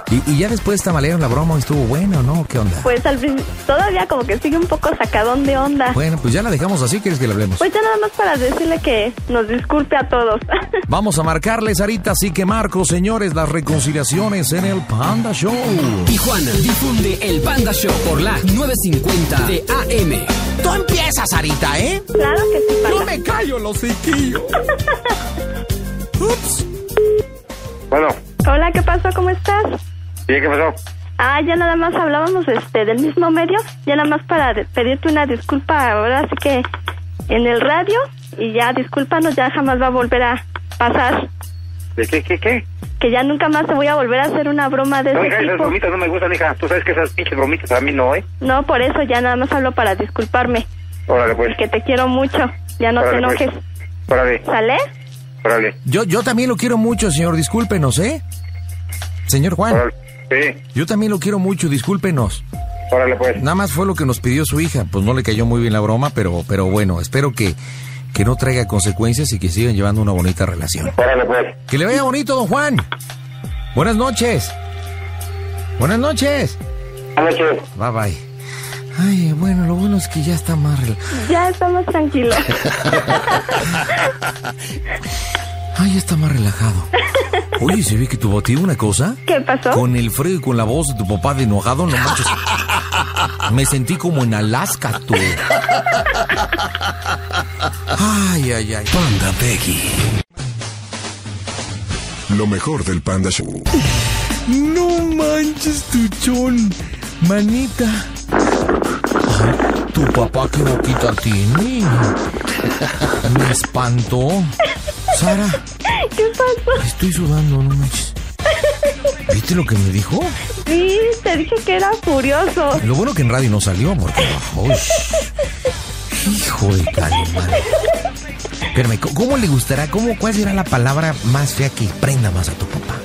[SPEAKER 2] Y, y ya después tamalearon la broma, estuvo bueno, ¿no? ¿Qué onda?
[SPEAKER 3] pues al prin- todavía como que sigue un poco sacadón de onda.
[SPEAKER 2] Bueno, pues ya la dejamos así, ¿quieres que le hablemos?
[SPEAKER 3] Pues ya nada más para decirle que nos disculpe a todos.
[SPEAKER 2] Vamos a marcarle, Sarita, así que Marco, señores, las reconciliaciones en el Panda Show.
[SPEAKER 4] Tijuana difunde el Panda Show por la 950 de AM.
[SPEAKER 2] Tú empiezas, Sarita, ¿eh?
[SPEAKER 3] claro que sí, panda.
[SPEAKER 2] me callo, los chiquillos. Ups.
[SPEAKER 5] Bueno,
[SPEAKER 3] Hola, ¿qué pasó? ¿Cómo estás?
[SPEAKER 5] ¿y qué pasó?
[SPEAKER 3] Ah, ya nada más hablábamos este del mismo medio, ya nada más para de- pedirte una disculpa ahora sí que en el radio y ya discúlpanos, ya jamás va a volver a pasar,
[SPEAKER 5] ¿De qué, qué, qué?
[SPEAKER 3] que ya nunca más te voy a volver a hacer una broma de
[SPEAKER 5] No,
[SPEAKER 3] ese
[SPEAKER 5] hija, esas
[SPEAKER 3] tipo.
[SPEAKER 5] bromitas no me gustan, hija. Tú sabes que esas pinches bromitas a mí no, ¿eh?
[SPEAKER 3] No, por eso ya nada más hablo para disculparme,
[SPEAKER 5] Órale, pues.
[SPEAKER 3] que te quiero mucho, ya no te
[SPEAKER 5] Órale, pues.
[SPEAKER 3] enojes,
[SPEAKER 5] Órale,
[SPEAKER 3] ¿sale?
[SPEAKER 5] órale,
[SPEAKER 2] Yo, yo también lo quiero mucho, señor, discúlpenos, ¿eh? Señor Juan,
[SPEAKER 5] órale. Sí,
[SPEAKER 2] yo también lo quiero mucho, discúlpenos.
[SPEAKER 5] órale, pues.
[SPEAKER 2] Nada más fue lo que nos pidió su hija. Pues no le cayó muy bien la broma, pero, pero bueno, espero que, que no traiga consecuencias y que sigan llevando una bonita relación.
[SPEAKER 5] Órale, pues.
[SPEAKER 2] Que le vaya bonito, don Juan. Buenas noches. Buenas noches.
[SPEAKER 5] Buenas noches.
[SPEAKER 2] Bye bye. Ay, bueno, lo bueno es que ya está más rela-
[SPEAKER 3] Ya estamos tranquilos.
[SPEAKER 2] Ay, ya está más relajado. Oye, se ve que tu batió una cosa.
[SPEAKER 3] ¿Qué pasó?
[SPEAKER 2] Con el frío y con la voz de tu papá de enojado, no manches. Me sentí como en Alaska, tú. Ay, ay, ay.
[SPEAKER 1] Panda Peggy.
[SPEAKER 8] Lo mejor del Panda Show.
[SPEAKER 2] No manches, tuchón. Manita. Ay, tu papá qué boquita tiene. Me espantó. Sara,
[SPEAKER 3] ¿Qué pasó?
[SPEAKER 2] estoy sudando, no manches. ¿Viste lo que me dijo?
[SPEAKER 3] Sí, te dije que era furioso.
[SPEAKER 2] Lo bueno que en radio no salió, porque. ¡Uy! hijo Hijo de tal madre. Espérame, ¿cómo- ¿cómo le gustará? ¿Cómo, ¿Cuál será la palabra más fea que prenda más a tu papá?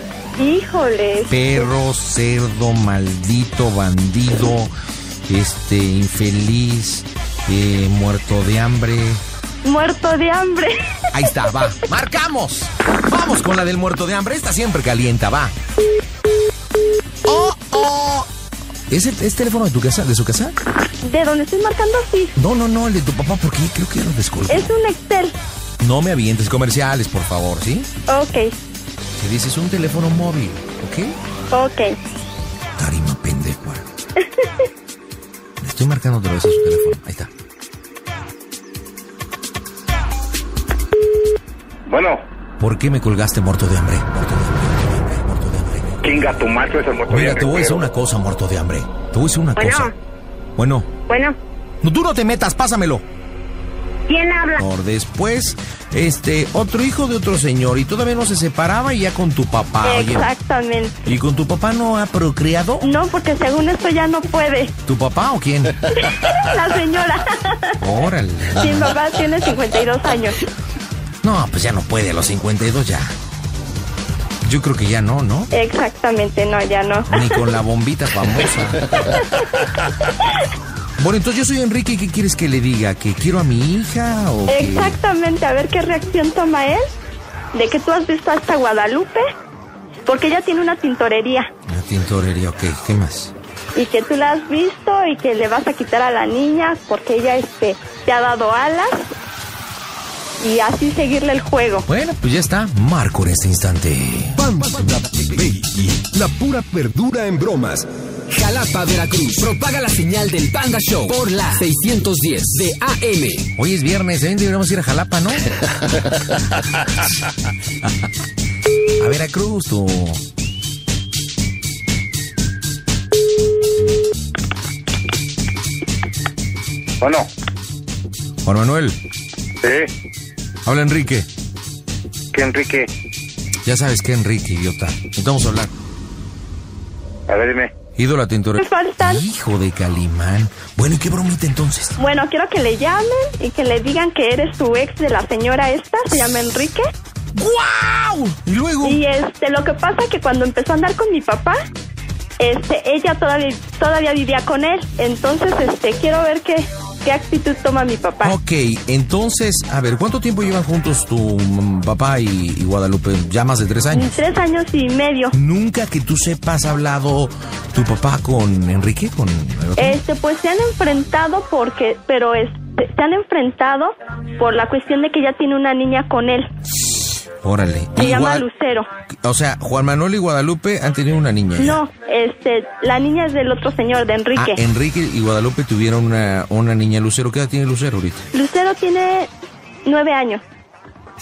[SPEAKER 3] Híjole.
[SPEAKER 2] Perro, cerdo, maldito, bandido, este, infeliz, eh, muerto de hambre.
[SPEAKER 3] Muerto de hambre.
[SPEAKER 2] Ahí está, va. ¡Marcamos! Vamos con la del muerto de hambre. Esta siempre calienta, va. ¡Oh, oh! ¿Es, el- es teléfono de tu casa? ¿De su casa?
[SPEAKER 3] ¿De dónde estoy marcando así?
[SPEAKER 2] No, no, no, el de tu papá, porque creo que ya lo descolgó.
[SPEAKER 3] Es un Excel.
[SPEAKER 2] No me avientes comerciales, por favor, ¿sí?
[SPEAKER 3] Ok,
[SPEAKER 2] Si dices un teléfono móvil, ¿ok?
[SPEAKER 3] ok.
[SPEAKER 2] Tarima pendejo. Le estoy marcando otra vez a su teléfono. Ahí está.
[SPEAKER 9] Bueno,
[SPEAKER 2] ¿Por qué me colgaste muerto de hambre? Muerto de hambre, muerto de hambre, muerto de hambre.
[SPEAKER 9] chinga tu macho esa moto.
[SPEAKER 2] Mira, te voy a decir una cosa, muerto de hambre. Te voy a decir una cosa. Bueno,
[SPEAKER 3] Bueno,
[SPEAKER 2] no, tú no te metas, pásamelo.
[SPEAKER 3] ¿quién habla?
[SPEAKER 2] Por después, este, otro hijo de otro señor y todavía no se separaba y ya con tu papá. oye.
[SPEAKER 3] Eh, Exactamente.
[SPEAKER 2] ¿Y con tu papá no ha procreado?
[SPEAKER 3] No, porque según esto ya no puede.
[SPEAKER 2] ¿Tu papá o quién?
[SPEAKER 3] La señora.
[SPEAKER 2] Órale.
[SPEAKER 3] Sí, mi papá tiene 52 años.
[SPEAKER 2] No, pues ya no puede, a los 52 ya. Yo creo que ya no, ¿no?
[SPEAKER 3] Exactamente, no, ya no.
[SPEAKER 2] Ni con la bombita famosa. Bueno, entonces yo soy Enrique, ¿qué quieres que le diga? ¿Que quiero a mi hija o que-
[SPEAKER 3] Exactamente, a ver qué reacción toma él de que tú has visto hasta Guadalupe, porque ella tiene una tintorería
[SPEAKER 2] La tintorería, ok, ¿qué más?
[SPEAKER 3] y que tú la has visto y que le vas a quitar a la niña porque ella este te ha dado alas y así seguirle el juego.
[SPEAKER 2] Bueno, pues ya está, marco en este instante.
[SPEAKER 1] Pams, la Baby, la pura verdura en bromas.
[SPEAKER 4] Jalapa, Veracruz. Propaga la señal del Panda Show por la 610 de AM.
[SPEAKER 2] Hoy es viernes, ¿eh? Deberíamos ir a Jalapa, ¿no? A Veracruz, tú.
[SPEAKER 9] Bueno,
[SPEAKER 2] Juan Manuel,
[SPEAKER 9] sí,
[SPEAKER 2] habla Enrique.
[SPEAKER 9] que Enrique,
[SPEAKER 2] Ya sabes que Enrique, idiota. Nos vamos a hablar.
[SPEAKER 9] a ver dime.
[SPEAKER 2] Ídolo a
[SPEAKER 3] Me
[SPEAKER 2] tintorería.
[SPEAKER 3] faltan.
[SPEAKER 2] Hijo de Calimán. Bueno, ¿y qué bromita entonces?
[SPEAKER 3] Bueno, quiero que le llamen y que le digan que eres tu ex de la señora esta, se llama Enrique.
[SPEAKER 2] ¡Guau! Y luego.
[SPEAKER 3] Y este, lo que pasa que cuando empezó a andar con mi papá, este, ella todavía todavía vivía con él. Entonces, este, quiero ver qué qué actitud toma mi papá.
[SPEAKER 2] Ok, entonces, a ver, ¿cuánto tiempo llevan juntos tu mm, papá y, y Guadalupe? Ya más de tres
[SPEAKER 3] Y
[SPEAKER 2] años.
[SPEAKER 3] Tres años y medio.
[SPEAKER 2] ¿Nunca que tú sepas ha hablado tu papá con Enrique? ¿Con el otro?
[SPEAKER 3] Este, pues se han enfrentado porque, pero este, se han enfrentado por la cuestión de que ella tiene una niña con él.
[SPEAKER 2] Órale.
[SPEAKER 3] Eh, Se
[SPEAKER 2] Y
[SPEAKER 3] llama
[SPEAKER 2] Guada-
[SPEAKER 3] Lucero.
[SPEAKER 2] O sea, Juan Manuel y Guadalupe han tenido una niña. ya.
[SPEAKER 3] No, este, la niña es del otro señor, de
[SPEAKER 2] Ah,
[SPEAKER 3] Enrique.
[SPEAKER 2] Enrique y Guadalupe tuvieron una, una niña Lucero. ¿Qué edad tiene Lucero ahorita?
[SPEAKER 3] Lucero tiene nueve años,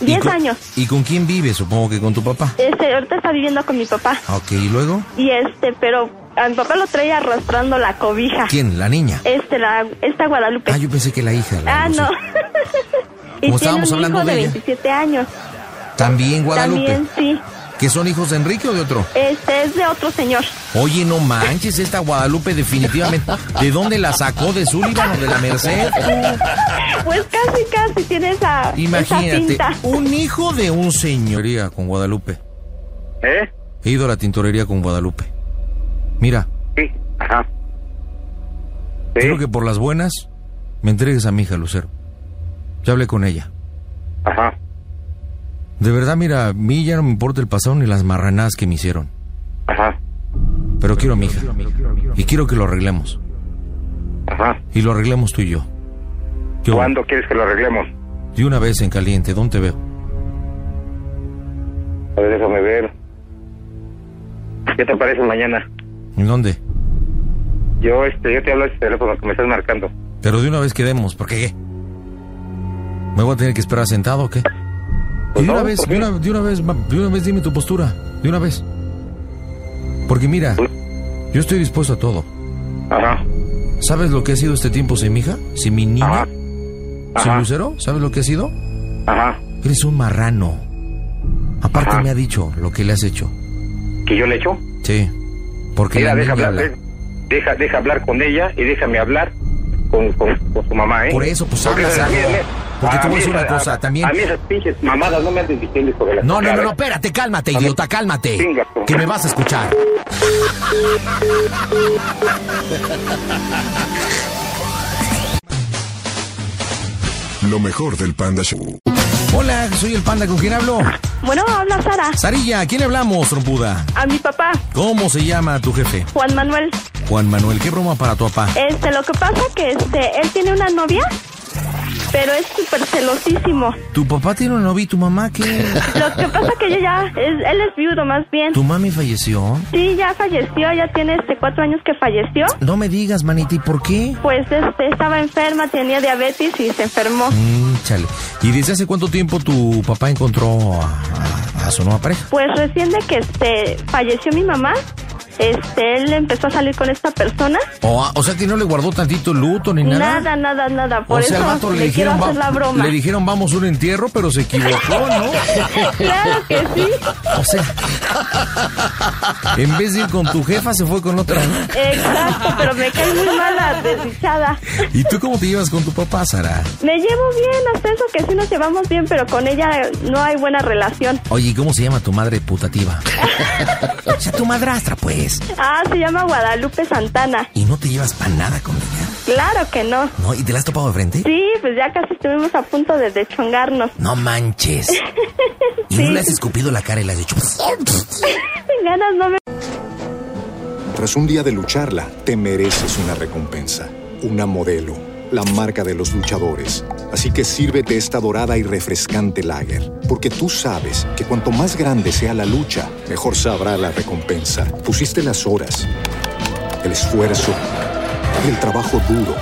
[SPEAKER 2] ¿Y
[SPEAKER 3] diez
[SPEAKER 2] con-
[SPEAKER 3] años.
[SPEAKER 2] ¿Y con quién vive? Supongo que con tu papá.
[SPEAKER 3] Este, ahorita está viviendo con mi papá.
[SPEAKER 2] Ah, Ok, ¿y luego?
[SPEAKER 3] Y este, pero a mi papá lo trae arrastrando la cobija.
[SPEAKER 2] ¿Quién? ¿La niña?
[SPEAKER 3] Este, la, esta Guadalupe.
[SPEAKER 2] Ah, yo pensé que la hija. la
[SPEAKER 3] ah, no.
[SPEAKER 2] Lucero.
[SPEAKER 3] y
[SPEAKER 2] Como
[SPEAKER 3] tiene
[SPEAKER 2] estábamos
[SPEAKER 3] un
[SPEAKER 2] hablando
[SPEAKER 3] hijo de
[SPEAKER 2] de ella.
[SPEAKER 3] 27 años.
[SPEAKER 2] También Guadalupe.
[SPEAKER 3] También, sí.
[SPEAKER 2] ¿Que son hijos de Enrique o de otro?
[SPEAKER 3] Este es de otro señor.
[SPEAKER 2] Oye, no manches, esta Guadalupe definitivamente. ¿De dónde la sacó? ¿De Sullivan o de la Merced?
[SPEAKER 3] Pues casi, casi tiene esa, esa
[SPEAKER 2] Imagínate,
[SPEAKER 3] pinta.
[SPEAKER 2] un hijo de un señor. Tintorería Con Guadalupe.
[SPEAKER 9] ¿Eh?
[SPEAKER 2] He ido a la tintorería con Guadalupe. Mira,
[SPEAKER 9] Sí, ajá. Sí,
[SPEAKER 2] quiero que por las buenas me entregues a mi hija, Lucero. Ya hablé con ella.
[SPEAKER 9] ajá.
[SPEAKER 2] De verdad, mira, a mí ya no me importa el pasado ni las marranadas que me hicieron.
[SPEAKER 9] Ajá,
[SPEAKER 2] Pero quiero a mi hija. Y quiero que lo arreglemos.
[SPEAKER 9] ajá.
[SPEAKER 2] Y lo arreglemos tú y yo. Yo,
[SPEAKER 9] ¿Cuándo quieres que lo arreglemos?
[SPEAKER 2] de una vez en caliente, ¿dónde te veo?
[SPEAKER 9] A ver, déjame ver. ¿Qué te parece mañana?
[SPEAKER 2] ¿En dónde?
[SPEAKER 9] Yo, este, yo te hablo de este teléfono que me estás marcando.
[SPEAKER 2] Pero de una vez quedemos, ¿por qué? ¿Me voy a tener que esperar sentado o qué?
[SPEAKER 9] Pues
[SPEAKER 2] de, una
[SPEAKER 9] no,
[SPEAKER 2] vez,
[SPEAKER 9] ¿por
[SPEAKER 2] de,
[SPEAKER 9] qué?
[SPEAKER 2] una, de una vez, ma- de una vez dime tu postura, de una vez. Porque mira,
[SPEAKER 9] Pues
[SPEAKER 2] yo estoy dispuesto a todo.
[SPEAKER 9] Ajá,
[SPEAKER 2] ¿Sabes lo que ha sido este tiempo sin mi hija? Sin mi niña,
[SPEAKER 9] ajá,
[SPEAKER 2] sin
[SPEAKER 9] ajá,
[SPEAKER 2] Lucero, ¿sabes lo que ha sido?
[SPEAKER 9] ajá.
[SPEAKER 2] Eres un marrano. Aparte
[SPEAKER 9] Ajá.
[SPEAKER 2] me ha dicho lo que le has hecho.
[SPEAKER 9] ¿Que yo le echo?
[SPEAKER 2] Sí. Porque
[SPEAKER 9] Mira,
[SPEAKER 2] la
[SPEAKER 9] deja
[SPEAKER 2] niña
[SPEAKER 9] hablar, eh.
[SPEAKER 2] habla.
[SPEAKER 9] de- deja, deja hablar con ella y déjame hablar.
[SPEAKER 10] con, con, con su mamá, ¿eh?
[SPEAKER 2] Por eso, pues hablas algo. Porque tú ves una cosa, también...
[SPEAKER 10] A mí esas pinches mamadas no me andes diciendo sobre la
[SPEAKER 2] No, no, no, no, espérate, cálmate, idiota, cálmate.
[SPEAKER 10] Chinga, tú.
[SPEAKER 2] Que me vas a escuchar.
[SPEAKER 1] Lo mejor del Panda Show.
[SPEAKER 2] Hola, soy el Panda, ¿con quién hablo?
[SPEAKER 3] Bueno, habla Sara.
[SPEAKER 2] Sarilla, ¿a quién le hablamos, trompuda?
[SPEAKER 3] A mi papá,
[SPEAKER 2] ¿Cómo se llama tu jefe?
[SPEAKER 3] Juan Manuel.
[SPEAKER 2] Juan Manuel, ¿qué broma para tu papá?
[SPEAKER 3] Este, lo que pasa que este, él tiene una novia, pero es súper celosísimo.
[SPEAKER 2] ¿Tu papá tiene una novia y tu mamá qué?
[SPEAKER 3] Lo que pasa que ella ya, es- él es viudo más bien.
[SPEAKER 2] ¿Tu mami falleció?
[SPEAKER 3] Sí, ya falleció, ya tiene este cuatro años que falleció.
[SPEAKER 2] No me digas, manita, ¿y por qué?
[SPEAKER 3] Pues este, estaba enferma, tenía diabetes y se enfermó.
[SPEAKER 2] Mm, chale. ¿Y desde hace cuánto tiempo tu papá encontró a, a- a su nueva pareja?
[SPEAKER 3] Pues recién de que este, falleció mi mamá, este, él empezó a salir con esta persona.
[SPEAKER 2] O, a- o sea que no le guardó tantito luto ni nada.
[SPEAKER 3] Nada, nada, nada. Por
[SPEAKER 2] o sea, al
[SPEAKER 3] eso
[SPEAKER 2] vato
[SPEAKER 3] le,
[SPEAKER 2] le
[SPEAKER 3] quiero
[SPEAKER 2] dijeron,
[SPEAKER 3] hacer
[SPEAKER 2] va-
[SPEAKER 3] la broma.
[SPEAKER 2] le dijeron vamos a un entierro, pero se equivocó, ¿no?
[SPEAKER 3] claro que sí.
[SPEAKER 2] O sea, en vez de ir con tu jefa, se fue con otra. ¿no?
[SPEAKER 3] Exacto, pero me cae muy mala, desdichada.
[SPEAKER 2] ¿Y tú cómo te llevas con tu papá, Sara?
[SPEAKER 3] Me llevo bien, hasta eso que sí nos llevamos bien, pero con ella no hay buena relación.
[SPEAKER 2] Oye, ¿y cómo se llama tu madre putativa? o sea, tu madrastra, pues.
[SPEAKER 3] Ah, se llama Guadalupe Santana.
[SPEAKER 2] Y no te llevas para nada con ella,
[SPEAKER 3] Claro que no.
[SPEAKER 2] ¿no? ¿Y te la has topado de frente?
[SPEAKER 3] Sí, pues ya casi estuvimos a punto de deschongarnos.
[SPEAKER 2] No manches. Y no
[SPEAKER 3] Sí.
[SPEAKER 2] le has escupido la cara y le has dicho...
[SPEAKER 3] Ganas no me...
[SPEAKER 8] Tras un día de lucharla, te mereces una recompensa, una modelo, la marca de los luchadores. Así que sírvete esta dorada y refrescante lager, porque tú sabes que cuanto más grande sea la lucha, mejor sabrá la recompensa. Pusiste las horas, el esfuerzo, el trabajo duro.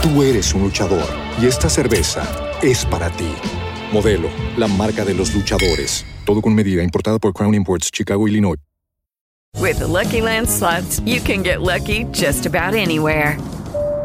[SPEAKER 8] Tú eres un luchador y esta cerveza es para ti. Modelo, la marca de los luchadores. Todo con medida, importada por Crown Imports, Chicago, Illinois.
[SPEAKER 11] With the Lucky Land slots, you can get lucky just about anywhere.